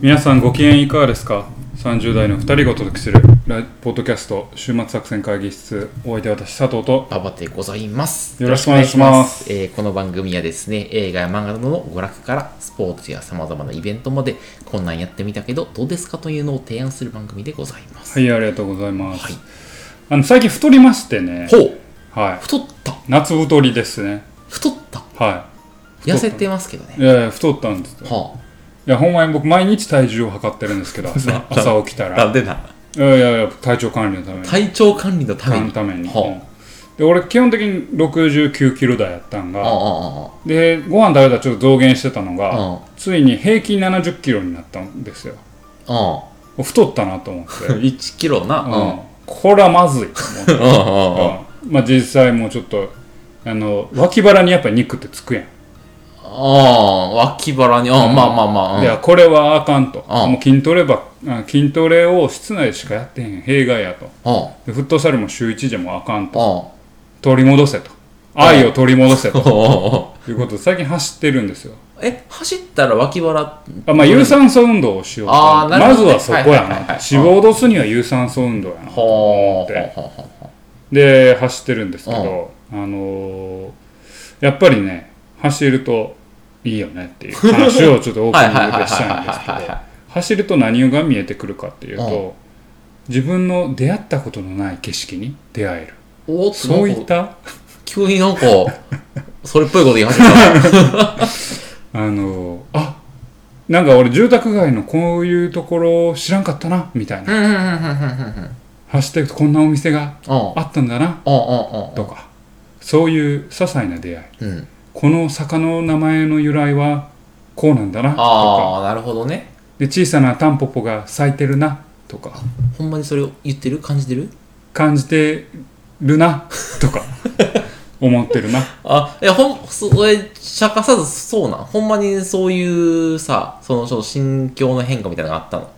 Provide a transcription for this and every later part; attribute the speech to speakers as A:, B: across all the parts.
A: 皆さんご機嫌いかがですか30代の2人ごときするラポッドキャスト週末作戦会議室お相手は私佐藤と
B: ババでございます。
A: よろしくお願いします
B: よろしくお願いします。えーこの番組はですね、映画や漫画などの娯楽からスポーツや様々なイベントまで、こんなんやってみたけど、どうですかというのを提案する番組でございます。
A: はいありがとうございます、
B: はい
A: あの最近太りましてね
B: ほう
A: はい
B: 太った
A: 夏太りですね
B: 太った
A: は
B: 痩せてますけど
A: い
B: ね。
A: いやいや太ったんですよ
B: はい
A: やほんまに僕毎日体重を測ってるんです けど朝朝起きた
B: あ。
A: ら
B: んでない
A: やいやいや体調管理のために
B: 体調管理のために。
A: ために、
B: は
A: で俺基本的に69キロ台やったん
B: ああ
A: が
B: あ
A: でご飯食べたらちょっと増減してたの
B: ああ
A: が、
B: あ
A: ついに平均70キロになったんですよ
B: ああ
A: 太ったなと思って、
B: あ1キロな。
A: う
B: うんんあ
A: これはまずいと思って
B: あああ
A: うんまあ実際もうちょっとあの脇腹にやっぱり肉ってつくやん、
B: ああ脇腹に。ああまあまあまあ。うん
A: いやこれはあかんと、
B: うん
A: もう筋トレばあ筋トレを室内でしかやってへん弊害やと
B: あ
A: でフットサルも週1じゃもうあかん
B: あ
A: と
B: あ
A: 取り戻せと愛を取り戻せ
B: あ
A: と
B: ああ
A: いうことで最近走ってるんですよ
B: え、走ったら脇腹
A: あまあ、有酸素運動をしようと
B: あーな
A: ま
B: る
A: ず
B: ほどね
A: はそこや
B: はいはい
A: な
B: はいはい
A: 脂肪を落とすには有酸素運動やなと思
B: ほ
A: っ
B: う
A: て
B: ほうほうほう
A: で走ってるんですけど、あのーやっぱりね走るといいよねっていう話をちょっとオープ
B: はい
A: ニン
B: はい
A: グ
B: はい
A: でし
B: はい
A: たんです
B: はい
A: けど
B: は
A: 走ると何が見えてくるかっていう
B: う
A: と自分の出会ったことのない景色に出会える
B: い。おお、
A: そうい
B: なん
A: っ
B: か
A: た
B: 急になんか、それっぽいこと言い始めた。
A: あのーあなんか俺住宅街のこういうところ知らんかったなみたいな
B: うんうんうんうんうんうんうん。
A: 走ってるとこんなお店が
B: あ
A: あったんだな
B: あ、ああ、
A: とかそういう些細な出会い
B: うん。
A: この坂の名前の由来はこうなんだなとか
B: ああ、なるほどね。
A: で小さなタンポポが咲いてるなとか
B: ほんまにそれを言ってる感じてる
A: 感じてるなと か思ってるな
B: あ、いや、ほん、それ、しゃかさずそうなん。ほんまにそういうさ、その、その心境の変化みたいなのがあったの。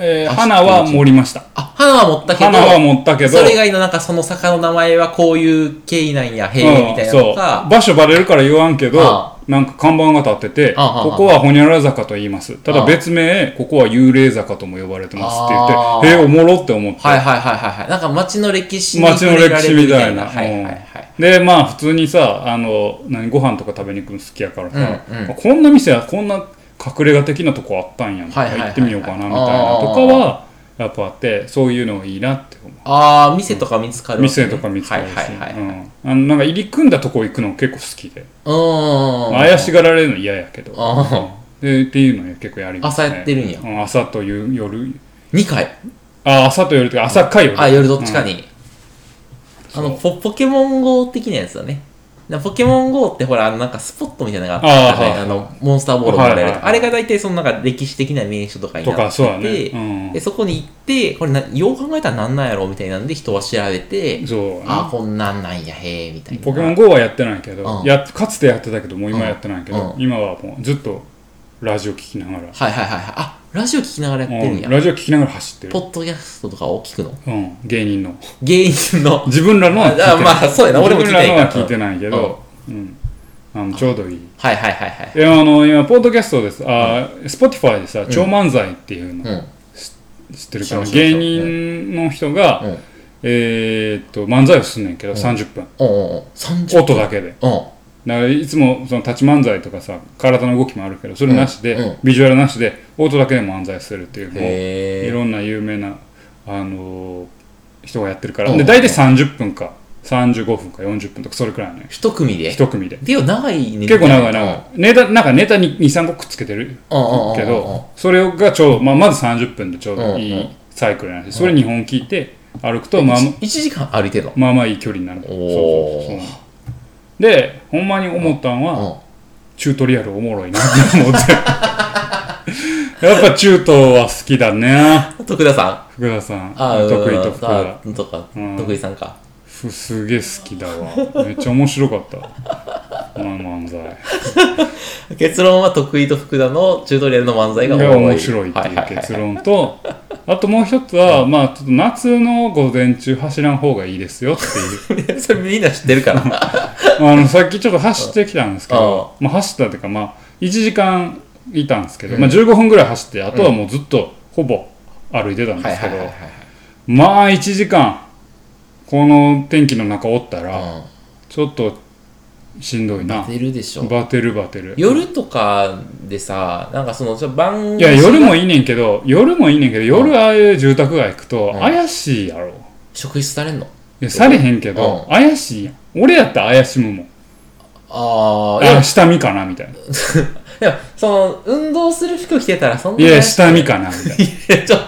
A: えー
B: あ
A: 花は盛りました
B: あ、花は持ったけど、
A: 花は持ったけど
B: それ以外のなんかその坂の名前はこういう経緯なんや、へえ、みたいな
A: うんそ
B: の
A: う
B: が、
A: 場所バレるから言わんけど
B: あ
A: なんか看板が立ってて
B: ああああ
A: ここはホニャラ坂と言いますた
B: あ
A: だ
B: あ
A: 別名ここは幽霊坂とも呼ばれてますって
B: ああ
A: 言ってへえおもろって思って
B: はいはいはいはいはい。なんか街の歴史に
A: 街の歴史みたいな。
B: 触れられるみたいなはいはいはい。
A: で、まあ普通にさ、あの、何、ご飯とか食べに行くの好きやからさ、
B: うんうん
A: あこんな店はこんな隠れ家的なとこあったんやん、
B: はいはいはいはい
A: 行ってみようかなみたいなとかは、やっぱあって、そういうのがいいなって思う。
B: ああ、店とか見つかるわけね、
A: 店とか見つかるし、
B: はいはいはい。
A: う
B: うん
A: あのなんか入り組んだとこ行くの結構好きで、
B: ーん。
A: 怪しがられるの嫌やけど、
B: あ
A: でっていうのは結構やりますね。
B: 朝やってるんや
A: う朝という夜、
B: 2回。
A: あ、朝と夜というか朝か夜。
B: あ、夜どっちか
A: うん
B: に。あのポ、ポケモン GO 的なやつだね。なポケモン GO ってほら、あのなんかスポットみたいなのがあったじゃない
A: あー
B: あの、モンスターボールもらえると
A: はいはいはい
B: あれが大体そのなんか歴史的な名所とかにな
A: と
B: ってて
A: か、そうやね。うん
B: で、そこに行って、これな、よう考えたらなんなんやろみたいなんで人は調べて、
A: そうやな
B: あーこんなんなんや、へえ、みたいな。
A: ポケモン GO はやってないけど、
B: うん
A: やかつてやってたけどもう今やってないけど、
B: うん
A: 今はもうずっとラジオ聞きながら、
B: はいはいはいはい。あ、ラジオ聞きながらやってるん
A: うん
B: や。
A: ラジオ聞きながら走って
B: ポ
A: る、
B: ッドキャストとかを聞くの
A: うん、芸人の
B: 芸人の。
A: 自分らのは聞いてない
B: あまあそうやな俺も聞いてない
A: 自分ら
B: から
A: のは聞いてないけど、うんあのちょうどいい
B: はいはいはいは
A: い
B: い。
A: やあの今ポッドキャストですあ、スポティファイでさ超漫才っていうの、
B: うん。
A: 知ってるから
B: 知らん知
A: 芸
B: らん
A: 人の人が、
B: うん。
A: えーっと漫才をすんねんけど、30分
B: おうんうん。30分。
A: 音だけで
B: うん。
A: だからいつもその立ち漫才とかさ体の動きもあるけどそれなしで、
B: うんうん
A: ビジュアルなしで音だけで漫才するっていうのをい
B: へえ。
A: ろんな有名な、あのー人がやってるから、
B: うん
A: で大体30分か35分か40分とかそれくらいのよ
B: 一組で。
A: 一組で
B: でよ、長いね。
A: 結構長い長いネタなんかネタに23個くっつけてる
B: うんうんうんうん。
A: け
B: うん
A: どそれがちょうど、まあ、まず30分でちょうどい
B: うんう
A: いサイクルなんでそれ2本聞いて歩くとまあ
B: い一時間歩いてんの。
A: まあまあいい距離になるそう
B: おー
A: そうそうそうでほんまに思ったんは、
B: う
A: チュートリアルおもろいなって 思って。やっぱ中東は好きだね。
B: ん。徳田さん。
A: 福田さん。
B: あー
A: 得意と福
B: あ
A: 田。
B: ーとか、
A: うん
B: 徳井さんか。
A: ふす げえ好きだわ。めっちゃ面白かった。この漫才。
B: 結論は徳井と福田のチュートリアルの漫才が
A: が面
B: 面
A: 白
B: 白
A: い
B: い。
A: っていう結
B: は
A: 論と、あともう一つは、まあちょっと夏の午前中走らん方がいいですよっていう。
B: いはいはい。 それみんな知って るから。
A: あの、さっきちょっと走ってきたんですけど、まあ走ったっていうかまあ1時間いたんですけど、
B: うん
A: まあ、15分ぐらい走ってあとはもうずっとほぼ歩いてたん
B: は
A: で
B: い
A: すけ
B: はい
A: ど、
B: はいはい
A: まあ1時間この天気の中おったら
B: は
A: ちょっとしんどい
B: い。うん。
A: な
B: 当てるでしょ。
A: バテるバテる
B: 夜とかでさ、なんかその、ちょ晩
A: いや夜も
B: い。
A: いいねんけど夜もいいねんけど
B: うん
A: 夜ああいう住宅街行くと
B: うん
A: 怪しいやろ
B: 職質されんの
A: いやされへんけ
B: う
A: ど
B: ん
A: 怪しいやん俺やったら怪しむもん
B: ああ、いや
A: あ、下見かなみたいな
B: でもその、運動する服着てたらそんな。
A: いや下見かなみ たいない
B: やちょっと、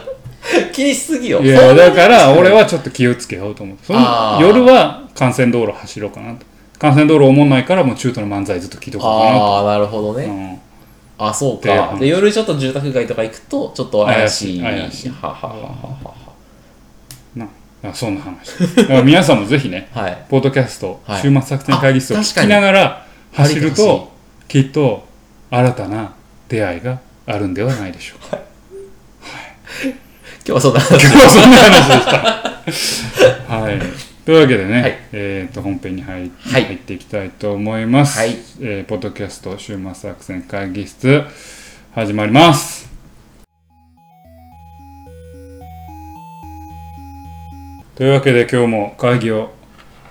B: 気にしすぎよ。
A: い
B: そ
A: や
B: んな
A: だから俺はちょっと気をつけようと思ってその
B: あー
A: 夜は幹線道路走ろうかなと幹線道路おもんないからもう中途の漫才ずっと聞いとこうかなと
B: ああ、なるほどね。
A: うん
B: あ、そう
A: っていう
B: か。
A: 話
B: で、夜ちょっと住宅街とか行くと、ちょっと怪しい。
A: 怪しい怪しい
B: はははは
A: あそんな話 だから皆さんもぜひね
B: は。はい。
A: ポッドキャスト、
B: はい
A: 週末作戦会議室を
B: あ確か
A: 聞
B: に
A: きながら走る
B: 歩いて
A: ときっと新たな出会いがあるんではないでしょうか
B: 今日はそんな
A: 今日はそんな話でしたはいというわけでね、
B: はい
A: えー、と本編に入って,、
B: はい
A: 入っていきたいと思います、
B: はい
A: えーポッドキャスト週末作戦会議室始まりますというわけで今日も会議を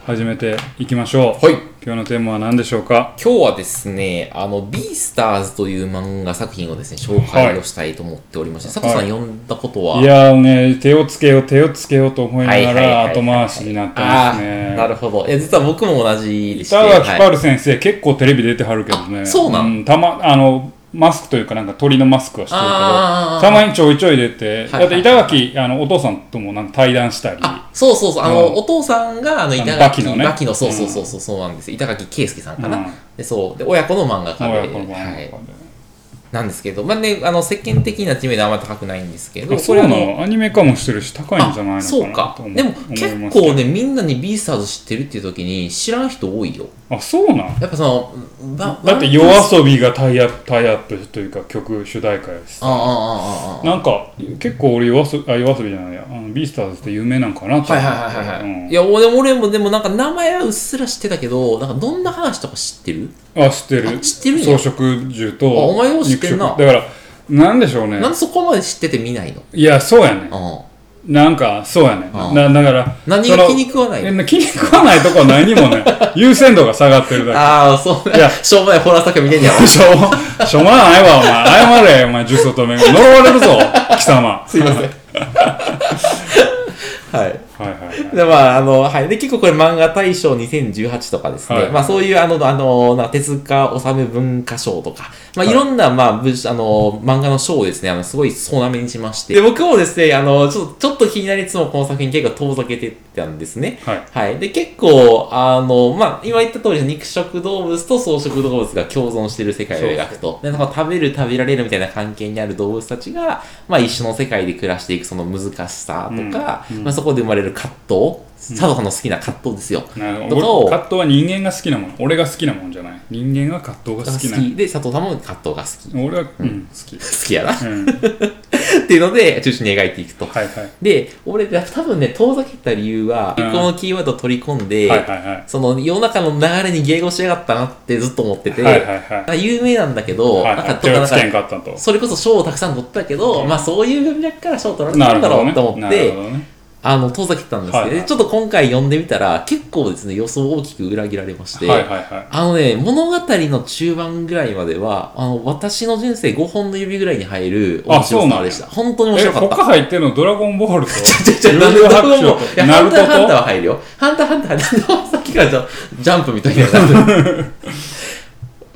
A: 始めていきましょう
B: はい。
A: 今日のテーマは何でしょうか
B: 今日はですね、あの、ビースターズという漫画作品をですね、紹介をしたいと思っておりまして、佐藤さん読んだことはい
A: やーね手をつけよう手をつけようと思いなが
B: はいはいはいは
A: ら
B: い
A: 後回しになってま
B: あ
A: す
B: あ、な
A: ね
B: るほど。いや、実は僕も同じでして、
A: 北
B: は
A: 脇パ
B: い、
A: ル先生結構テレビ出てはるけどね
B: あそうなん
A: たまあのマスクというかなんか鳥のマスクはしてる
B: あー
A: けどたまにちょいちょい出て
B: はい
A: だって板垣あのお父さんともなんか対談したり
B: あ、そうそうそう、あの、
A: うん
B: お父さんが、あの、板
A: バキ
B: 垣、
A: のね
B: バキの、そうそうそうそう、そうなんです。板垣圭介さんかな、
A: うん
B: で、そう。で、親子の漫画家で、
A: 親子の漫
B: はい
A: 画。
B: なんですけど、まあね、あの、世間的な知名度はあんまり高くないんですけど、
A: であそう
B: れ
A: な
B: あの、
A: のアニメ化もしてるし高いんじゃない
B: あ、そう
A: のかな
B: か
A: と。思
B: でも、
A: 思い
B: 結
A: ます
B: 構ね、みんなにビースターズ知ってるっていう時に、知らん人多いよ。
A: あそうなん
B: やっぱその、ば
A: だって夜遊びがタイアップタイアップというか曲主題歌やし
B: ああ、ああ、ああ。
A: なんか結構俺夜遊びあ夜遊びじゃないやあのビースターズって有名なんかなと
B: はい
A: 思って
B: はいはいはい。
A: うん
B: いや、俺も、俺も、でもなんか名前はうっすら知ってたけど、なんかどんな話とか知ってる
A: あ知ってる
B: あ知ってるんや
A: 草食獣と
B: あお前も知ってんな
A: 肉食だからなんでしょうね
B: なんでそこまで知ってて見ないの
A: いやそうやね
B: うん。
A: なんかそうやね
B: あ
A: なだから
B: 何
A: そ
B: が
A: の
B: 気に食わないの
A: え気に食わないとこは何も ね優先度が下がってるだ
B: ああ、そう、
A: いや
B: しょうもないホラー作品見てんやろ
A: け。しょうしょうもないわお前謝れお前呪詛とめ呪われるぞ貴様
B: すいません。はい。
A: はいはいはい
B: で、まあ、あの、はい。で、結構これ漫画大賞2018とかですね。
A: はい
B: まあ、そういう、あの、あの、なんか手塚治虫文化賞とか、ま
A: は
B: あ、
A: い
B: いろんな、まあ、ぶあの、漫画の賞をですね、あの、すごい総なめにしまして。で、僕もですね、あの、ちょっと、ちょっと気になりつつも、この作品結構遠ざけてたんですね。
A: はい
B: はい。で、結構、あの、まあ、今言った通り、肉食動物と草食動物が共存している世界を描くと。で、なんか食べる、食べられるみたいな関係にある動物たちが、まあ、一緒の世界で暮らしていくその難しさとか、
A: うんうん
B: まあ、そこで生まれる葛藤、佐藤さんの好きな葛藤ですよ。
A: なるほ
B: とか
A: ど
B: を
A: 俺葛藤は人間が好きなもん俺が好きなもんじゃない人間は葛藤が好きな
B: 好きで、佐藤さんも葛藤が好
A: 俺はうん好き
B: き。好きやな。っ
A: うん
B: ていうので、中心に描いていくと。
A: はいはい
B: で、俺、多分ね、遠ざけた理由は、
A: う
B: こ
A: ん
B: のキーワードを取り込んで、
A: はいはいはい
B: その世の中の流れに迎合しやがったなってずっと思ってて、
A: はいはいはい
B: なんか有名なんだけど、
A: はい
B: なん
A: は
B: か
A: い、
B: とか
A: 手
B: な
A: を
B: ん
A: つけん
B: か
A: かったと。
B: それこそ賞をたくさん取ったけど、まあそういう文脈から賞を取られたんだろうと思っ
A: なる
B: て、
A: ほどね。
B: あの遠ざけてたんですけど、
A: はいはい
B: ちょっと今回読んでみたら結構ですね予想を大きく裏切られまして、
A: はいはいは
B: あのね物語の中盤ぐらいまではあの私の人生5本の指ぐらいに入る面白さでした本当に
A: い。
B: 面
A: え、
B: 白かった
A: 他入ってんのドラゴンボールと
B: ちょちょ、
A: 幽
B: なんで
A: 霊
B: 僕
A: 白
B: も
A: 書
B: いや、
A: とナ
B: ハン
A: ル
B: タ
A: ト
B: ーハンター
A: と
B: は入るよ。ハンターハンター、なんでさっきからジャジャンプみたいにな る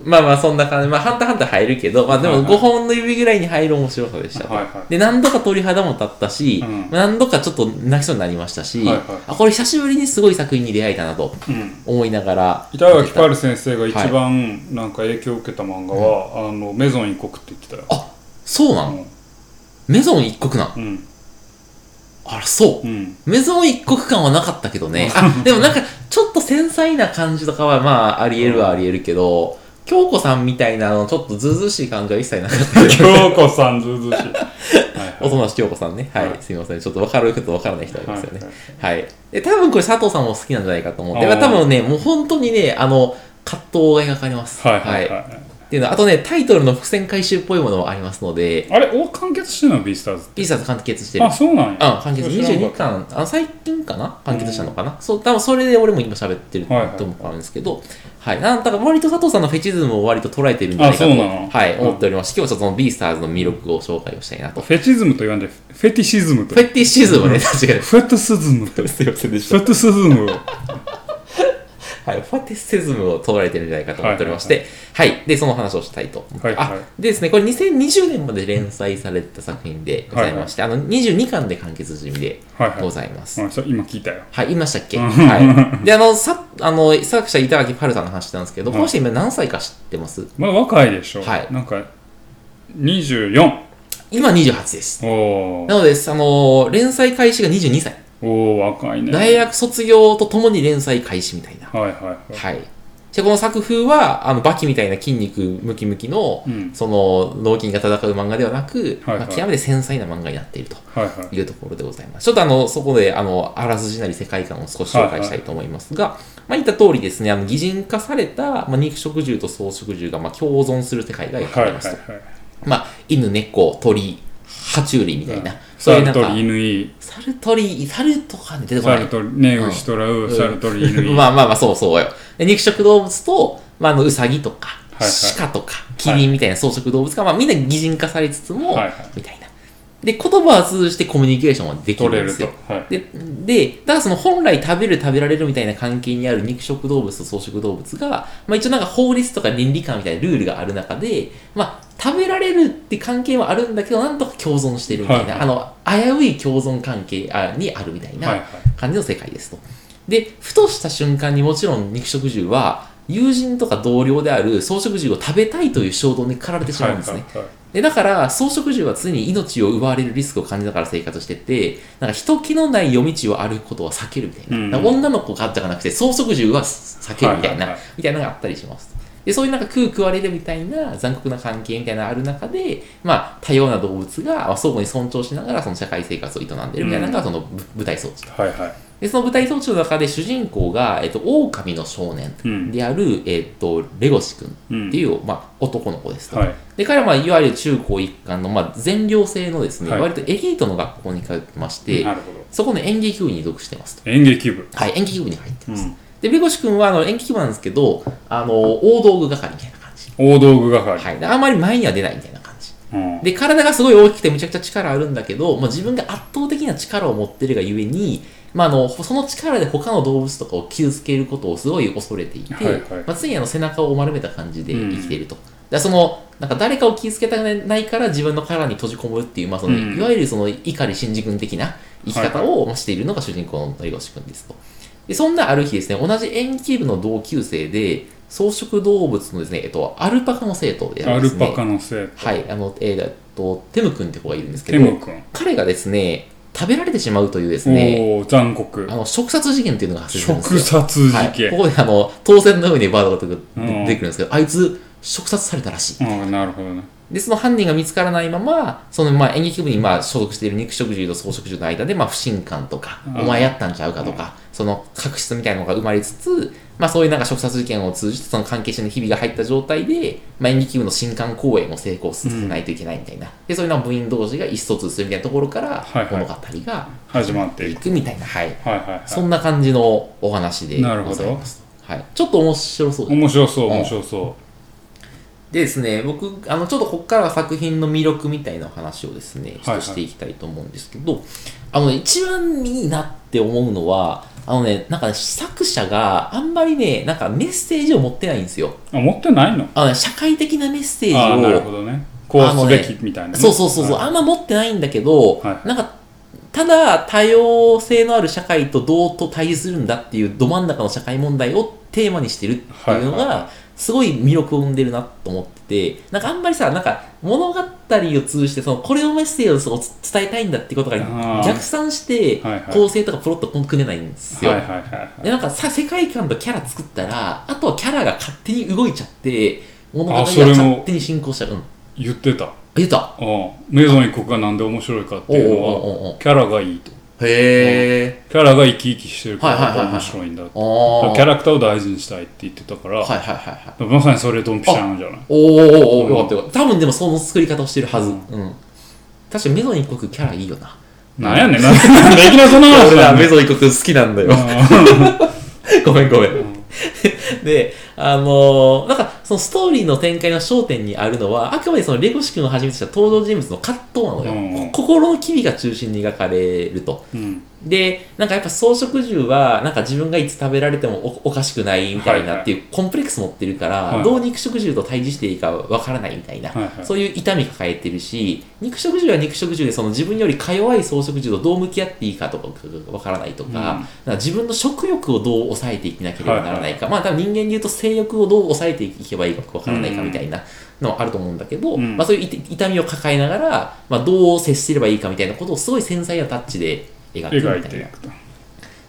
B: まあまあ、そんな感じ。まあ、ハンターハンター入るけど、まあで
A: はい
B: も
A: はい
B: 5本の指ぐらいに入る面白さでしたと
A: はいはい
B: で、何度か鳥肌も立ったし
A: うん、
B: 何度かちょっと泣きそうになりましたし
A: はいはい、
B: あ、これ久しぶりにすごい作品に出会えたなと
A: うん。
B: 思いながら。
A: 板垣パル先生が一番なんか影響を受けた漫画は、あの、メゾン一国って言ってたよ。
B: あ、そうな
A: う
B: の
A: ん
B: メゾン一国なん。
A: うん。
B: あら、そう
A: う。 ん。
B: メゾン一国感はなかったけどね。あ、でもなんか、ちょっと繊細な感じとかは、まあ、あり得るはあり得るけど、京子さんみたいな、あの、ちょっとずうずうしい感じは一切なかった。
A: 京子さんずうずうしい。はい
B: お
A: はい
B: 友達京子さんね。はい。
A: はい
B: すいません。ちょっと分かる人と分からない人がいますよね
A: はい。
B: はい、で、多分これ佐藤さんも好きなんじゃないかと思って。
A: あー
B: 多分ね、もう本当にね、あの、葛藤が描かれます。
A: はいはいはい。
B: っていうのはあとねタイトルの伏線回収っぽいものもありますので
A: あれお完結してんのビースターズって
B: ピーサーズ完結してる
A: あそうなんや
B: あ完結
A: 知らな
B: 22
A: かっ
B: 巻あの最近かな完結したのかな、そう多分それで俺も今喋ってる
A: はいはい
B: と思うんですけど、はいなんだから割と佐藤さんのフェチズムを割と捉えてるんじゃないか
A: あ
B: と
A: そうなの
B: はい、
A: うん
B: 思っておりまして今日はそのビースターズの魅力を紹介をしたいな
A: た
B: とフ
A: フェチズムと言わんでフェティシズムと
B: ェティシズムね確かに
A: フェトスズムとフ
B: すいませんで した
A: ェトスズムを
B: はい、ファティセズムを取られてるんじゃないかと思っておりまして、はいで、その話をしたいと思って、
A: はいはい
B: あ、でですね、これ2020年まで連載された作品でございまして、あの、22巻で完結済みで
A: はいはい
B: ございます。
A: あそう今聞いたよ
B: はい、言いましたっけ
A: うん
B: はい。で、あの、さ、あの、作者、板垣パルさんの話なんですけど、
A: うん
B: この人今何歳か知ってます
A: まあ若いでしょ
B: はい
A: なんか24
B: 今28です。
A: おお
B: なので、あの、連載開始が22歳。
A: おお若いね
B: 大学卒業とともに連載開始みたいな。
A: はいはいはい
B: はい。で、この作風は、あの、バキみたいな筋肉ムキムキの、
A: うん
B: その、脳筋が戦う漫画ではなく、
A: はいはい
B: まあ、極めて繊細な漫画になっていると。
A: はいはい
B: いうところでございます。ちょっとあの、そこで、あの、あらすじなり世界観を少し紹介したいと思いますが、まあ、言った通りですね、あの、擬人化された、まあ、肉食獣と草食獣が、まあ、共存する世界が描か
A: はいは
B: れ
A: い
B: ますと。
A: はい
B: まあ、犬、猫、鳥、爬虫類みたいな、そうい
A: 猿
B: うなん
A: 鳥
B: か、
A: 犬い
B: 猿、鳥、猿とかね、出てこない
A: 猿。鳥ね
B: うん
A: 牛とらう
B: うん
A: 猿鳥犬い
B: まあまあまあ、そうそうよ。で肉食動物と、まあ、あの、ウサギとか、
A: いはい
B: 鹿とか、キリンみたいな草食動物が、まあ、みんな擬人化されつつも、
A: はいはい
B: みたいな。で、言葉を通じてコミュニケーションはできる
A: 取れ
B: んで
A: る
B: す
A: と
B: よ。
A: はい
B: で、で、だからその本来食べる食べられるみたいな関係にある肉食動物と草食動物が、まあ一応なんか法律とか倫理観みたいなルールがある中で、まあ食べられるって関係はあるんだけど、なんとか共存してるみたいな、
A: はい
B: あの、危うい共存関係あにあるみたい
A: はい
B: な
A: はい
B: 感じの世界ですと。で、ふとした瞬間にもちろん肉食獣は、友人とか同僚である草食獣を食べたいという衝動に駆られてしまうんですね。
A: はいはい
B: でだから草食獣は常に命を奪われるリスクを感じながら生活しててなんか人気のない夜道を歩くことは避けるみたいな、
A: うん
B: だから女の子がじゃなくて草食獣は避けるみた
A: はい
B: いな、
A: はいはい
B: みたいなのがあったりしますでそういうなんか食う食われるみたいな残酷な関係みたいなのがある中で、まあ、多様な動物がまあ相互に尊重しながらその社会生活を営んでるみたいなのがそのぶ舞台装置
A: はいはいはい
B: でその舞台装置の中で主人公が、えっと、狼の少年である、えっと、レゴシ君っていう、まあ、男の子ですと、
A: はい
B: で彼は、まあ、いわゆる中高一貫の、まあ、全寮制のですね、
A: はい
B: 割とエリートの学校に通ってまして、
A: なるほど
B: そこの演劇部に属してますと。
A: 演劇部
B: はい、演劇部に入ってます。
A: うん
B: で、ベゴシ君はあの演劇部なんですけど、あの、大道具係みたいな感じ。
A: 大道具係
B: はい。であんまり前には出ないみたいな感じ。
A: うん
B: で、体がすごい大きくてむちゃくちゃ力あるんだけど、まあ、自分が圧倒的な力を持ってるがゆえに、まあ、あのその力で他の動物とかを傷つけることをすごい恐れていて、
A: はいはい
B: まあ、常にあの背中を丸めた感じで
A: うん
B: 生きていると。だからそのなんか誰かを傷つけたくないから自分の殻に閉じこもるっていう、まあその
A: うん
B: いわゆるその碇シンジ君的な生き方をまあしているのが主人公の鳥越君ですと。でそんなある日ですね、同じ演劇部の同級生で、草食動物のですね、えっと、アルパカの生徒であ
A: ア
B: るんで
A: ル
B: すね
A: パカの生徒
B: はい、あの、えーえっと、テム君って子がいるんですけ
A: テ
B: ど
A: ム、君
B: 彼がですね、食べられてしまうというですね、
A: おお残酷
B: あの、食殺事件っていうのが発生するんで
A: 食
B: すよ。
A: 殺事
B: はい、こ
A: 件
B: こであの、当選のようにバードが出てくる
A: うん
B: 出てくるんですけど、あいつ、食殺されたらしい。
A: ああなるほどね
B: で、その犯人が見つからないまま、そのまあ演劇部にまあ所属している肉食獣と草食獣の間で、まあ不信感とか、
A: うん
B: お前やったんちゃうかとか、その確執みたいなのが生まれつつ、まあそういうなんか食殺事件を通じて、その関係者の日々が入った状態で、まあ演劇部の新刊公演を成功させないといけないみたいな。で、そういうのは部員同士が意思疎通するみたいなところから
A: はいは、い
B: 物語が
A: 始まってい
B: い
A: く
B: くみたいな、はい。
A: はいはいはい
B: そんな感じのお話で
A: なる
B: ご
A: ほど
B: ざいます。はい。ちょっと面白そうですね
A: 面白そう
B: うん
A: 面白そ
B: でですね、僕、あの、ちょっとここからは作品の魅力みたいなお話をですね、ちょ
A: はいは
B: っと
A: い
B: していきたいと思うんですけど、あの、一番いいなって思うのは、あのね、なんかね、作者があんまりね、なんかメッセージを持ってないんですよ。
A: うあ持ってないの
B: あのね、社会的なメッセージ
A: ああなる
B: を
A: ほ、どねこうすべきみたいなね
B: そうそうそうそう、
A: は
B: あんま持ってないんだけど、
A: はい
B: なんか、ただ多様性のある社会とどうと対峙するんだっていうど真ん中の社会問題をテーマにしてるっていうの
A: はいはい
B: がすごい魅力を生んでるなと思っててなんかあんまりさなんか物語を通じてそのこれをメッセージを伝えたいんだってことが
A: あー
B: 逆算して
A: はいはい
B: 構成とかプロット組んでないんです
A: い
B: よ。
A: はいはいはい
B: でなんかさ世界観とキャラ作ったらあとはキャラが勝手に動いちゃって物語が
A: あそれも
B: 勝手に進行しちゃう。うん、あ
A: 言ってた
B: 言った
A: ああメゾン一国がなんで面白いかっていうの
B: おうおうおうお
A: は
B: う
A: キャラがいいと
B: へへえ。
A: キャラが生き生きしてるから
B: はいはいはいはい
A: 面白いんだって
B: ああ。
A: キャラクターを大事にしたいって言ってたから、
B: はいはいはいはい。
A: まさにそれドンピシャなんじゃない
B: おーおーおー
A: うん
B: よかったよかった。多分でもその作り方をしてるはず。
A: うん
B: うん。確かにメゾン一国キャラいいよな。
A: なんやねんななんでいきなりそんな話
B: 俺
A: な
B: ら
A: ん
B: メ
A: だ
B: ゾン一国好きなんだよ。ごめんごめん。 で、あのーなんか、そのストーリーの展開の焦点にあるのは、あくまでそのレゴシ君をはじめとした登場人物の葛藤なのよ。
A: うん
B: こ心の機微が中心に描かれると。
A: うん
B: で、なんかやっぱ草食獣は、なんか自分がいつ食べられてもおおかしくないみたい
A: はい
B: な
A: はい
B: っていうコンプレックス持ってるから、
A: はい
B: どう肉食獣と対峙していいかわからないみたいな、
A: はいはい
B: そういう痛み抱えてるし、肉食獣は肉食獣で、その自分よりか弱い草食獣とどう向き合っていいかとかわからないとか、
A: うん
B: なんか自分の食欲をどう抑えていきなければならないか、まあ多分人間で言うと性欲をどう抑えていけばいいかわからないかみたいなのあると思うんだけど、
A: うん
B: まあそういうい痛みを抱えながら、まあどう接すればいいかみたいなことをすごい繊細なタッチで描くみた
A: 描
B: い
A: いてい
B: な。
A: くと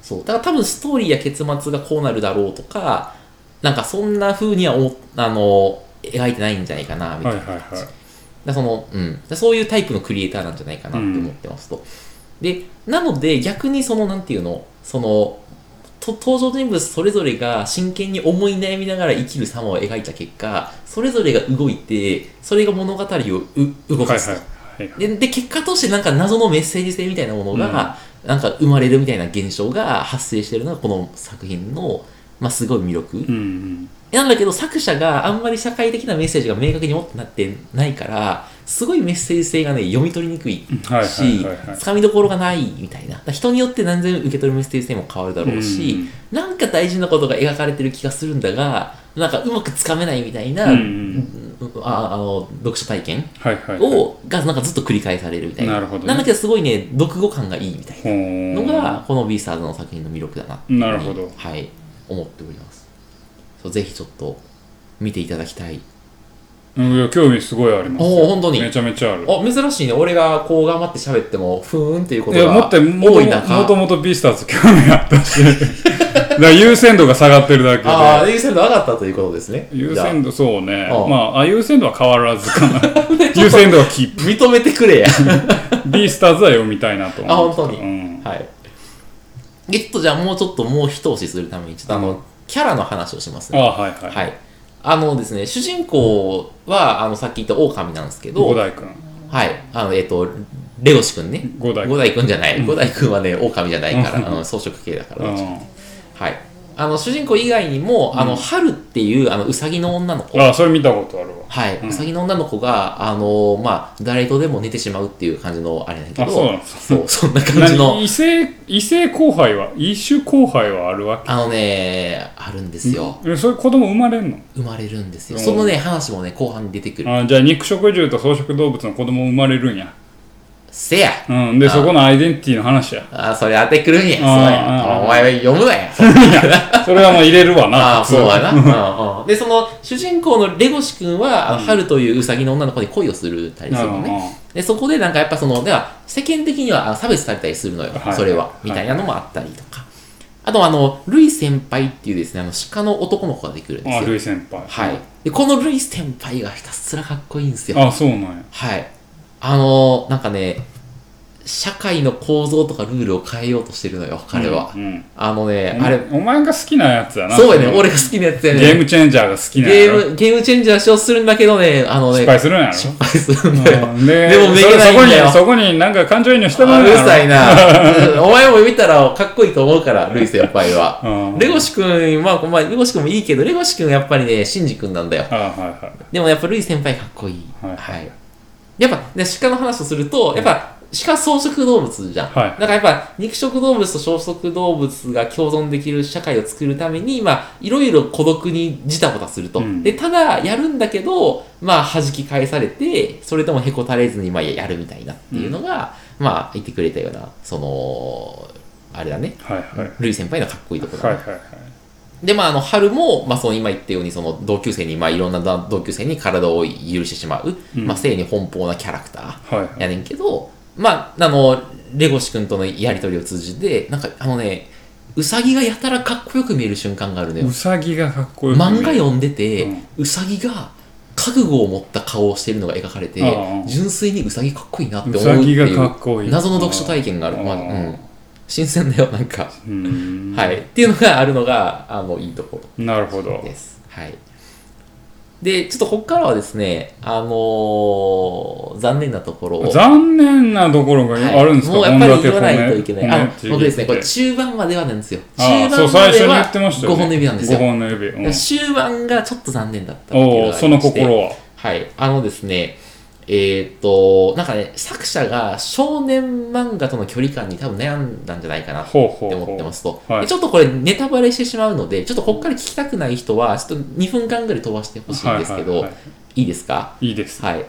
B: そう。だから多分ストーリーや結末がこうなるだろうとか、なんかそんな風にはお、あの、描いてないんじゃないかな、みた
A: はいい
B: な
A: はい
B: 感
A: は
B: じ。
A: い
B: だからその、うん。だそういうタイプのクリエイターなんじゃないかなって思ってますと。で、なので逆にその、なんていうの、その、と登場人物それぞれが真剣に思い悩みながら生きる様を描いた結果、それぞれが動いて、それが物語をう動
A: は
B: か
A: い
B: すと。
A: はいはい
B: でで結果としてなんか謎のメッセージ性みたいなものが、なんか生まれるみたいな現象が発生してるのがこの作品の、まあ、すごい魅力、
A: うんうん
B: なんだけど作者があんまり社会的なメッセージが明確に持ってなってないからすごいメッセージ性がね読み取りにくい
A: はい
B: し、
A: はいはいはい
B: つかみどころがないみたいなだから人によって何千受け取るメッセージ性も変わるだろうし、なんか大事なことが描かれてる気がするんだがなんかうまくつかめないみたいな、
A: うん
B: うんああの読書体験
A: はいはいはい
B: をがなんかずっと繰り返されるみたいな
A: なるほどね
B: んだけどすごいね読後感がいいみたい
A: ほー
B: なのがこのビースターズの作品の魅力だな
A: なるほど
B: はい思っておりますそうぜひちょっと見ていただきたい
A: うんいや興味すごいありますよ
B: おー本当に
A: めちゃめちゃある
B: あ珍しいね俺がこう頑張って喋ってもふーんっていうこ
A: い
B: と
A: や
B: が
A: もっても
B: 多い中
A: ともとビースターズ興味あった しだから優先度が下がってるだけで
B: ああ優先度上がったということですね
A: 優
B: じゃあ
A: 先度そうね
B: ああ
A: まああ優先度は変わらずか な優先度はキープ
B: 認めてくれや
A: ビースターズは読みたいなと思
B: あ本当に
A: うん、
B: はいえっとじゃあもうちょっともう一押しするためにちょっとあの、キャラの話をします
A: あ
B: ね
A: はいはい、
B: はいあのですね主人公はあのさっき言った狼なんですけど
A: 五代君
B: はい。あの、えっ、と、レゴシ君ね。
A: 五代
B: 五代君じゃない。五代君はね、狼じゃないから、
A: うん
B: あの草食系だから。
A: うん
B: はい。あの、主人公以外にも、あの、春っていう、あの、うさぎの女の子。
A: あそれ見たことあるわ
B: はい。
A: うん
B: うさぎの女の子が、あの、まあ、誰とでも寝てしまうっていう感じの、あれだけ
A: あそうな
B: ど、
A: んです
B: そう、そんな感じの
A: 何、異性異性交配は異種交配はあるわけ
B: あのね、あるんですよ。
A: えそういう子供生まれんの
B: 生まれるんですよ。
A: うん
B: そのね、話もね、後半に出てくる。
A: あじゃあ肉食獣と草食動物の子供生まれるんや
B: せや
A: うんで
B: あ
A: そこのアイデンティティの話や
B: あ、それ当てくるんや。そう
A: あ
B: や。
A: あ
B: お前は読むな や。
A: それはまあ入れるわな
B: ああ、
A: 普通
B: そうやな。うんうんで、その主人公のレゴシ君は、あの春というウサギの女の子に恋をするたりするのね。で、そこでなんかやっぱその、では世間的にはあ差別されたりするのよ、
A: はい
B: それは。みたいなのもあったりとか。あと、あの、ルイ先輩っていうですね、あの鹿の男の子ができるん
A: う
B: で
A: んあ
B: すよ。
A: ルイ先輩
B: はい。で、このルイ先輩がひたすらかっこいいんですよ。
A: あそうなんや
B: はい。あのーなんかね、社会の構造とかルールを変えようとしてるのよ、彼は。
A: うんうん
B: あのね、
A: お
B: あれ、
A: お前が好きなやつやな
B: そうやね、俺が好きなやつやね。
A: ゲームチェンジャーが好きな
B: ゲ
A: やろ
B: ーム、ゲームチェンジャーしようするんだけどね、あのね、
A: 失敗するんやろ
B: 失敗するん だよ。
A: うんで
B: でもめげないんだよ
A: それそこにそこになんか感情移入し
B: あ
A: ても
B: う
A: ら
B: るさいな。お前も見たらかっこいいと思うから、ルイ先輩は。
A: うん
B: レゴシ君、まあ、まあ、レゴシ君もいいけど、レゴシ君やっぱりね、シンジ君なんだよ。
A: あはいはい
B: でもやっぱルイ先輩かっこいい。
A: はい
B: やっぱ、ね、鹿の話をすると、やっぱ、鹿は草食動物じゃん。
A: はい
B: だからやっぱ、肉食動物と草食動物が共存できる社会を作るために、まあ、いろいろ孤独にジタバタすると。
A: うん
B: で、ただ、やるんだけど、まあ、弾き返されて、それともへこたれずに、まあ、やるみたいなっていうのが、まあ、言ってくれたような、その、あれだね。
A: はいはい
B: ルイ先輩のかっこいいところだね、
A: はいはいはい
B: で、まあ、あの、春も、まあ、その今言ったように、その同級生に、まあ、いろんなだ同級生に体を許してしまう、
A: うん
B: まあ、性に奔放なキャラクタ
A: はい
B: ーやねんけど、まあ、あの、レゴシ君とのやりとりを通じて、なんか、あのね、ウサギがやたらかっこよく見える瞬間があるのよ
A: う。さぎがかっこよく見える
B: 漫画読んでて、
A: うん
B: ウサギが覚悟を持った顔をしているのが描かれて
A: ああ、
B: 純粋にウサギかっこいいなって
A: う
B: 思う
A: さ
B: って
A: ぎが
B: いう
A: かっこいい
B: 謎の読書体験がある。
A: ああ
B: まあ、うん。新鮮だよ、なんか。
A: うーん
B: はい。っていうのがあるのが、あの、いいところ。
A: なるほど
B: です。はい。で、ちょっとここからはですね、あのー残念なところを。
A: 残念なところが
B: はい
A: あるんですか、
B: もうやっぱり言わないといけない。あ、
A: 本
B: 本当ですね。これ中盤まではなんですよ。中
A: あ
B: 盤
A: あ
B: ま
A: そう最初に
B: で
A: 言
B: は
A: ってましたよ、ね、
B: 5本の指なんですよ
A: 5。本の指、うん、
B: 終盤がちょっと残念だったっていうのがあ
A: おお
B: りまして
A: その心は
B: はい。あのですね、えーっと、なんかね、作者が少年漫画との距離感に多分悩んだんじゃないかなって
A: ほうほうほう
B: 思ってますと。
A: はい
B: でちょっとこれネタバレしてしまうので、ちょっとここから聞きたくない人は、ちょっと2分間ぐらい飛ばしてほしいんですけど、い
A: はい
B: い
A: はいは
B: ですか
A: い、いいです、
B: はい。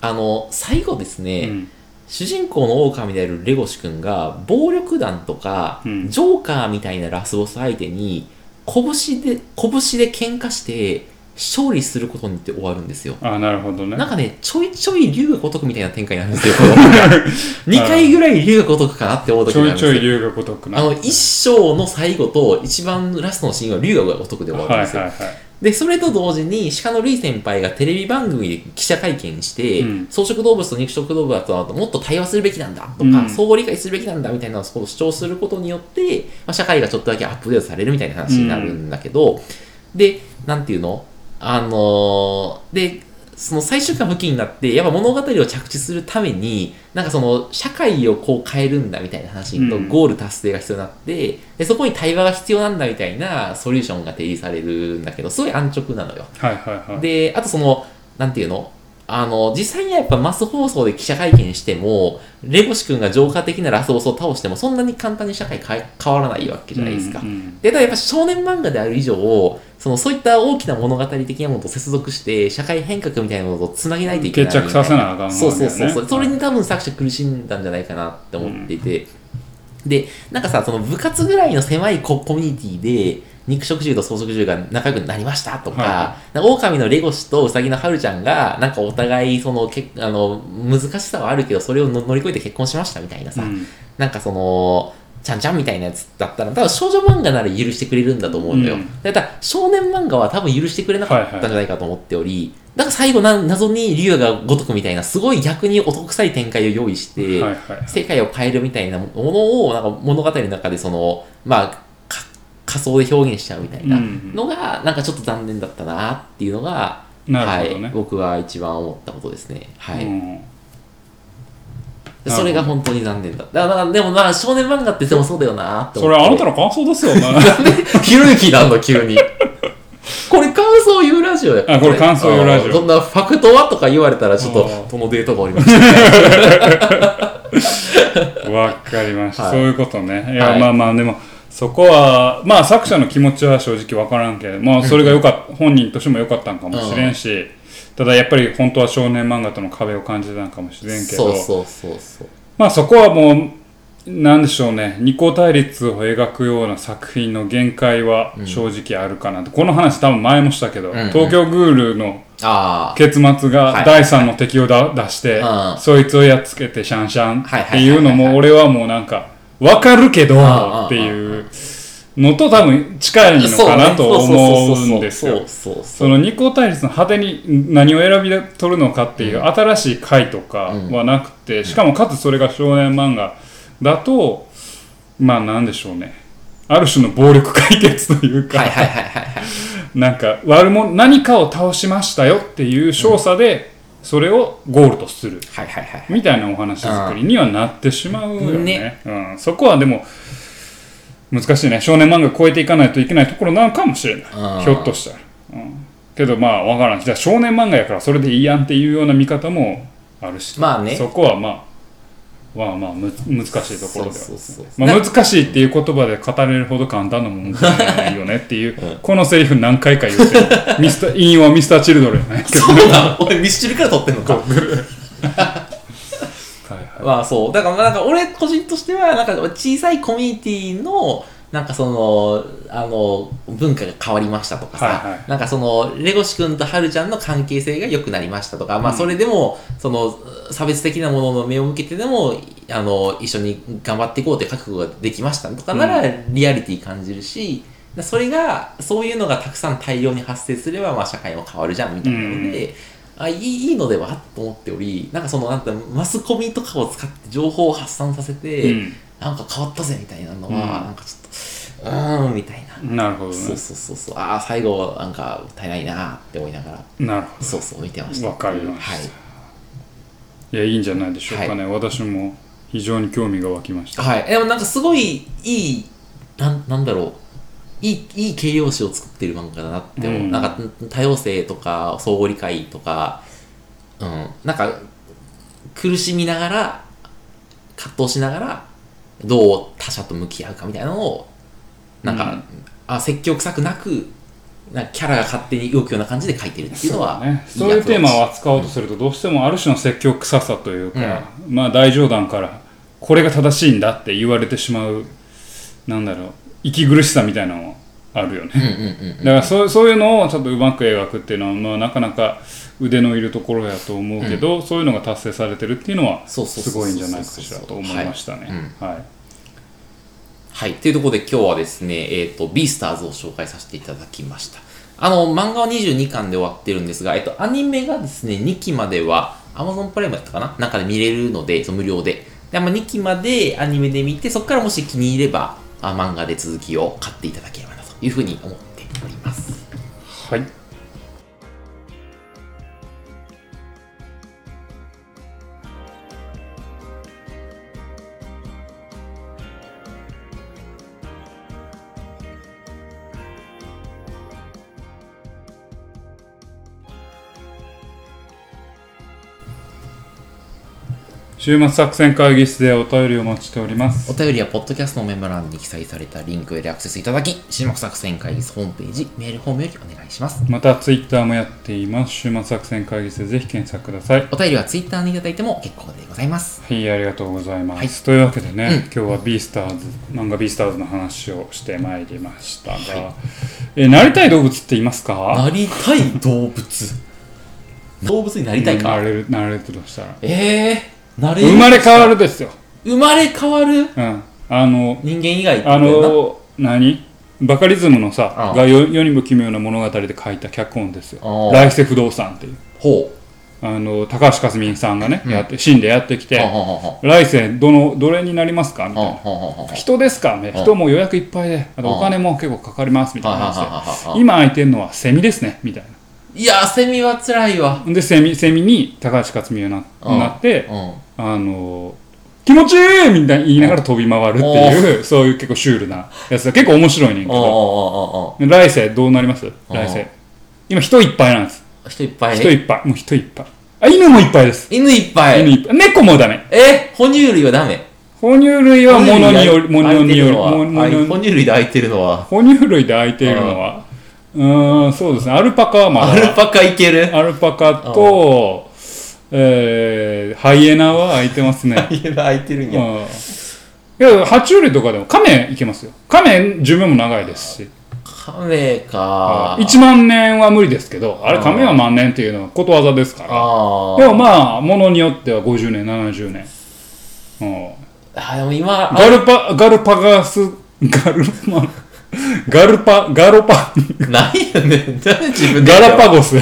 B: あの、最後ですね、
A: うん
B: 主人公の狼であるレゴシ君が暴力団とか、
A: うん
B: ジョーカーみたいなラスボス相手に拳で拳で喧嘩して勝利することによって終わるんですよ
A: あなるほどね
B: なんかねちょいちょい龍が如くみたいな展開になるんで すよこの漫画2回ぐらい龍が如くかなって思う時
A: ち
B: が
A: ょ
B: あるん
A: いち
B: です
A: ょ
B: よ
A: い龍が如くな
B: あの一章の最後と一番ラストのシーンは龍が如くで終わる
A: は
B: ん
A: い
B: です
A: は
B: よ、
A: いはい
B: でそれと同時に鹿のるい先輩がテレビ番組で記者会見して、
A: うん
B: 草食動物と肉食動物だともっと対話するべきなんだとか、
A: うん
B: そう理解するべきなんだみたいなことを主張することによって、まあ、社会がちょっとだけアップデートされるみたいな話になるんだけど、でなんていうのあのーでその最終回向きになってやっぱ物語を着地するためになんかその社会をこう変えるんだみたいな話と
A: うん
B: ゴール達成が必要になって、でそこに対話が必要なんだみたいなソリューションが提示されるんだけどすごい安直なのよ。
A: はいはいはい
B: であとそのなんていうのあの実際にはやっぱマス放送で記者会見してもレゴシ君がジョーカー的なラスボスを倒してもそんなに簡単に社会変え変わらないわけじゃないですか。
A: うんうん
B: で、ただやっぱ少年漫画である以上、そのそういった大きな物語的なものと接続して、社会変革みたいなものとつなげないといけない。
A: 決着させなあかんわけだ
B: そう
A: よね
B: そうそうそう。それ
A: は
B: に多分作者苦しんだんじゃないかなって思っていて。で、なんかさ、その部活ぐらいの狭いココミュニティで、肉食獣と草食獣が仲良くなりましたとか、
A: は
B: なんか狼のレゴシとウサギのハルちゃんが、なんかお互い、その、けあの、難しさはあるけど、それをの乗り越えて結婚しましたみたいなさ、
A: うん
B: なんかその、ちゃんちゃんみたいなやつだったら、多分少女漫画なら許してくれるんだと思うんだよ。
A: うん
B: だから少年漫画は多分許してくれなかったんじゃないかと思っており、だから最後な、謎に竜が如くみたいな、すごい逆に男臭い展開を用意して、
A: はいはい
B: 世界を変えるみたいなものを、なんか物語の中でその、まあ、か仮想で表現しちゃうみたいな
A: うん
B: のが、なんかちょっと残念だったなっていうのが、
A: なるほどね
B: はい、僕は一番思ったことですね。はい。
A: うん
B: でそれが本当に残念だ。だからなんか、でもまあ、少年漫画ってでもそうだよなって
A: そ
B: 思
A: れ
B: って。
A: あなたの感想ですよね
B: の。ひろゆきなんだ、急に。これ感想言うラジオやっ
A: あこれ感想言うラジオ
B: あーそんなファクトはとか言われたら、ちょっ
A: あ
B: と
A: ー、
B: そのデータがありました。
A: わかりました、
B: はい
A: そういうことねいや、
B: はい
A: まあまあでもそこはまあ作者の気持ちは正直わからんけどまあそれがよかっ本人としてもよかったんかもしれんし、ただやっぱり本当は少年漫画との壁を感じてたんかもしれんけど
B: そうそうそうそう。
A: まあそこはもうなんでしょうね二項対立を描くような作品の限界は正直あるかなと、この話多分前もしたけど、
B: んうん
A: 東京グールの
B: ああ。
A: 結末
B: は
A: が
B: い
A: 第三の敵をだ出して、
B: うん
A: そいつをやっつけてシャンシャン
B: はい
A: っ
B: は
A: て
B: いはい
A: い
B: はいう
A: のも俺はもうなんかわかるけど
B: ん
A: っていうのと多分近いのかなと
B: そうね
A: 思うんですよ。
B: そうそうそうそ。
A: そうの二項対立の果てに何を選び取るのかっていう新しい回とかはなくて、しかもかつそれが少年漫画だとまあなんでしょうねある種の暴力解決というか、
B: はいはいはいはいはい。
A: なんか悪者何かを倒しましたよっていう少佐でそれをゴールとする
B: はいはいはい。
A: みたいなお話作りにはなってしまうよね
B: ね
A: うん、そこはでも難しいね少年漫画を超えていかないといけないところなのかもしれな
B: う
A: い
B: ん
A: ひょっとしたら、うん、けどまあわからんじゃあ少年漫画やからそれでいいやんっていうような見方もあるし、
B: まあね
A: そこはまあまあまあむ難しいところでは
B: そうそうそう
A: まあ、難しいっていう言葉で語れるほど簡単なもんじゃないよねって いう、このセリフ何回か言ってるミスタ ー引用はミスターチルドレンやね
B: そうだ俺ミスチルから撮ってんのか。
A: はいは
B: まあそう。だから、まあなんか俺個人としては、なんか小さいコミュニティの、なんかその、あの、文化が変わりましたとかさ、
A: はいはい
B: なんかその、レゴシ君とハルちゃんの関係性が良くなりましたとか、まあそれでも、その、差別的なものの目を向けてでも、あの、一緒に頑張っていこうって覚悟ができましたとかなら、リアリティ感じるし、それが、そういうのがたくさん大量に発生すれば、まあ社会も変わるじゃん、みたいなので、あいいいいのではと思っておりなんかそのなんてマスコミとかを使って情報を発散させて、
A: うん
B: なんか変わったぜみたいなの
A: う
B: は、
A: ん
B: なんかちょっと、うーんみたいな。
A: なるほど
B: そう
A: ね
B: そうそうそう。ああ、最後、なんか、もったいないなーって思いながら、
A: なるほ
B: そうそう、見てました。
A: わかりました
B: はい。
A: どいやいいんじゃないでしょうかね、私も非常に興味が湧きました
B: はい。でもなんかすごいいい、なんなんだろう。いい、いい形容詞を作ってる漫画だなって思う。
A: うん
B: なんか多様性とか、相互理解とか、うん。なんか、苦しみながら、葛藤しながら、どう他者と向き合うかみたいなのを、なんか、
A: うん
B: あ説教臭くなく、なんかキャラが勝手に動くような感じで書いてるっていうのは、
A: ね、そういうテーマを
B: は、
A: 扱おうとするとどうしてもある種の説教臭さというか、まあ大冗談からこれが正しいんだって言われてしまうなんだろう息苦しさみたいなのもあるよね、
B: うんうんうん。
A: だからそうそういうのをちょっとうまく描くっていうのは、まあ、なかなか腕のいるところやと思うけど、そういうのが達成されてるっていうのは
B: そうそうそ
A: す
B: うそう
A: ごいんじゃないかしらと思いましたね。はい
B: はい。というところで今日はですね、えっ、と、ビースターズを紹介させていただきました。あの、漫画は22巻で終わってるんですが、えっ、と、アニメがですね、2期までは Amazon プライムだったかななんかで見れるので、その無料で。で、まあ、2期までアニメで見て、そこからもし気に入れば、あ漫画で続きを買っていただければなというふうに思っております。
A: はい、週末作戦会議室でお便りをお待ちしております
B: お便りは、ポッドキャストのメモ欄に記載されたリンクよりアクセスいただき、新目作戦会議室ホームページ、メールフォームよりお願いします。
A: またツイッターもやっています週末作戦会議室でぜひ検索ください
B: お便りは Twitter にいただいても結構でございます。
A: はい、ありがとうございます。
B: はい
A: というわけでね、今日はビースターズ、漫画ビースターズの話をしてまいりましたが、えーなりたい動物っていますか
B: なりたい動物 動物になりたい
A: な
B: か、
A: れる、なれるとしたら。
B: えー、なれる
A: 生まれ変わるですよ。
B: 生まれ変わ
A: う
B: る
A: ん。あの、
B: 人間以外って
A: あ
B: ことやな
A: の、何バカリズムのさ、
B: ああ
A: が世世にも奇妙な物語で書いた脚本ですよ
B: あ。あ
A: 来世不動産っていう。
B: ほう
A: あの、高橋克実さんがね、やって、死んでやってきて
B: は、ははは
A: 来世どの、どれになりますかみたいな。
B: ははは
A: 人ですからね、
B: うん
A: 人も予約いっぱいで、あと
B: うん
A: お金も結構かかりますみたいな
B: うん
A: 話
B: うん
A: で、今空いてるのはセミですねみたい
B: いやセミは辛いわ
A: な。で、セミセミに高橋克実がな,、
B: うん
A: なっ
B: う
A: て
B: ん、は
A: あのー気持ちいいみたいな言いながら飛び回るっていう、そういう結構シュールなやつだ。結構面白いねんけ
B: あは
A: ど、
B: はは
A: 来世どうなります来世。今人いっぱいなんです。
B: 人いっぱい
A: 人いっぱい。もう人いっぱい。あ、犬もいっぱいです。
B: 犬いっぱい
A: 犬いっぱい。猫もダメ。
B: え哺乳類はダメ
A: 哺乳類は物により、
B: 哺
A: 物
B: 乳
A: に
B: 類
A: よ
B: で
A: り、も
B: 空いてるのはあ
A: 物
B: 哺乳類
A: 哺乳類
B: で空いてるのは
A: で空いているのは、うーん、そうですね、アルパカはま
B: アル
A: だ、
B: パカいける
A: アルパカと、えーハイエナは空いてますね。
B: いや空 いてるん
A: う
B: や
A: んけど、爬虫類とかでも、カメいけますよ。カメ、寿命も長いですし、
B: カメか
A: 1万年は無理ですけど、あれ、カメは万年っていうのはことわざですから、
B: あー
A: でもまあ、ものによっては50年、70年。うん
B: あでも今
A: ガルパ、ガルパガス、ガルマ、ガルパ、ガロパ、
B: ないよね。誰自分で
A: ガ
B: 言う
A: ラ
B: の
A: パゴス。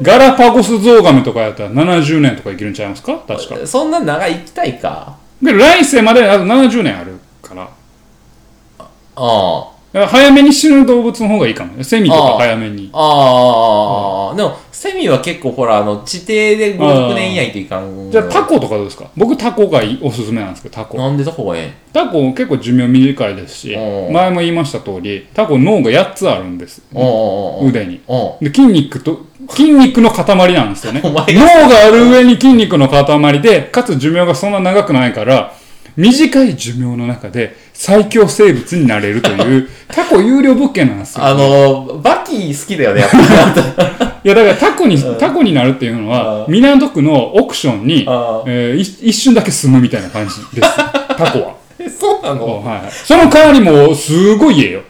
A: ガラパゴスゾウガメとかやったら70年とか生きるんちゃいますか確か。
B: そんな長い行きたいか。
A: で、来世まであと70年あるから。だか
B: あ
A: ら早めに死ぬ動物の方がいいかも。セミとか早めに
B: あ。。ああ。でも、セミは結構ほら、あの、地底で5、
A: ああ
B: 6年以内といかん。
A: じゃあタコとかどうですか僕タコがいいおすすめなんですけど、タコ。
B: なんでどこがえ
A: タコ結構寿命短いですし、
B: うん
A: 前も言いました通り、タコ脳が8つあるんです。
B: えんおうん
A: 腕に。
B: おん
A: で、筋肉と、筋肉の塊なんですよね。
B: お
A: 脳
B: 前が
A: がある上に筋肉の塊で、かつ寿命がそんな長くないから、短い寿命の中で最強生物になれると いう、タコ有料物件なんですよ。
B: あの、バキ好きだよね、やっ ぱり。
A: いや、だからタコに、タコになるっていうのは、
B: う
A: 港区の億ションに、
B: あ
A: えーい一瞬だけ住むみたいな感じ です。タコは。
B: えそうな
A: そう
B: の
A: はいはいその代わりもう、すごい家よ。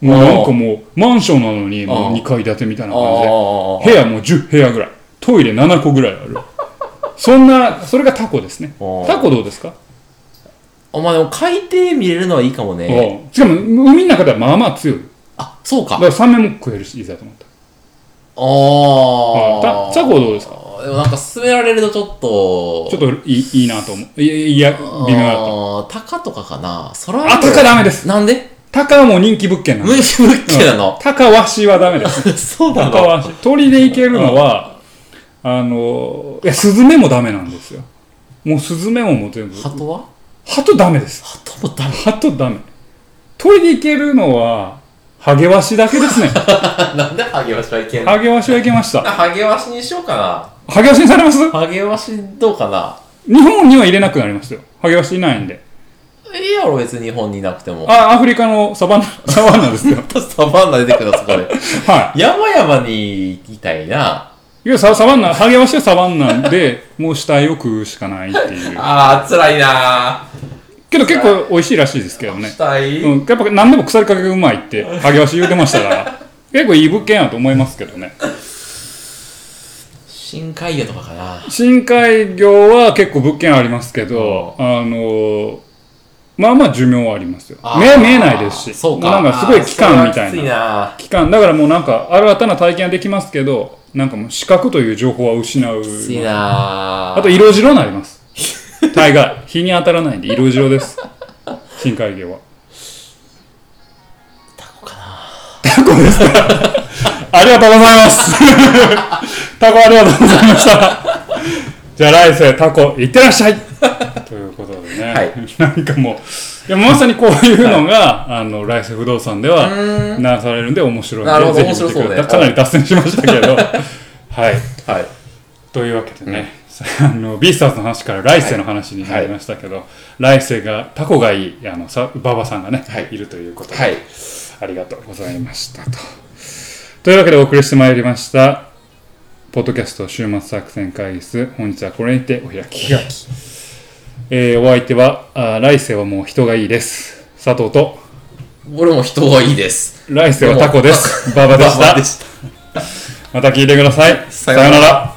A: もうなんかもう、マンションなのに、も
B: あ
A: う2階建てみたいな
B: あ
A: 感じで。
B: あ。
A: 部屋も10部屋ぐらいトイレ7個ぐらいあるそんなそれがタコですね
B: おー
A: タコどうですか、
B: お前、でも海底見れるのはいいかもね。
A: おうしかも海の中ではまあまあ強い
B: あ、そう
A: だ
B: か
A: か。らサメも食えるしいざと思った
B: ああ
A: あたタコはどうですか
B: でもなんか勧められるとちょっと、
A: ちょっといいいいなと思う。いや、いや微妙だった。
B: あータカとかかなそら、
A: あ、タカダメです。
B: なんで
A: タカはもう人気物件なの。
B: 無理無理なの。
A: タカワシはダメです。
B: そう
A: タ
B: な
A: カ
B: の
A: ワシ。鳥で行けるのは、あの、いや、スズメもダメなんですよ。もうスズメももう全部。
B: 鳩は
A: 鳩ダメです。
B: 鳩もダメ
A: 鳩ダメ。鳥で行けるのは、ハゲワシだけ ですね。
B: だ。なんでハゲワシはいけんの
A: ハゲワシはいけました。
B: ハゲワシにしようか
A: ハゲワシにされます
B: な。ハゲワシどうかな
A: 日本には入れなくなりましたよ。ハゲワシいないんで。
B: いいやろ、別に日本にいなくても。
A: あ、アフリカのサバンナ、 サバンナですよ。
B: サバンナ出てくるそこ で。
A: は
B: 山々に行きたいな。
A: い。いや、ササバンナ、ハゲワシはサバンナで、もう死体を食うしかないっていう。
B: あー、辛いな
A: けど結構美味しいらしいですけどね
B: し。たい、
A: うん、やっぱ何でも腐りかけがうまいって、ハゲワシ言うてましたから。結構いい物件やと思いますけどね。
B: 深海魚とかかな。
A: 深海魚は結構物件ありますけど、あのーまあまあ寿命はありますよ
B: あ。ー
A: 目見えないですし、
B: そうか。
A: なんかすごい期間みた
B: あーそ
A: い
B: れはきつい
A: な。
B: な
A: 期間、だからもうなんか新たな体験はできますけど、なんかもう視覚という情報は失う。
B: きついな
A: あと色白になります。大概。日に当たらないんで色白です。深海魚は。タコかなタコですかありがとうございますタコありがとうございました。じゃあ来世タコいってらっしゃいということでね、
B: はい
A: なんかもういやまさにこういうのが、あの来世不動産ではなされるんで面白い
B: なる
A: の
B: ほ
A: で
B: ど
A: ぜひ見てくださ
B: 面白そうね
A: いかなり脱線しましたけどはい
B: はい。
A: というわけでね、あのビースターズの話から来世の話になりましたけど、来世がタコがいいあのさ馬場さんがね、
B: はい
A: い、るということで、
B: はい。
A: ありがとうございましたと。というわけでお送りしてまいりました、ポッドキャスト週末作戦会議室、本日はこれにてお開き。えーお相手はあー、来世はもう人がいいです。佐藤と、
B: 俺も人はいいです。
A: 来世はタコです。馬場でし
B: バ
A: た
B: バ。でした。
A: また聞いてください。
B: さようなら。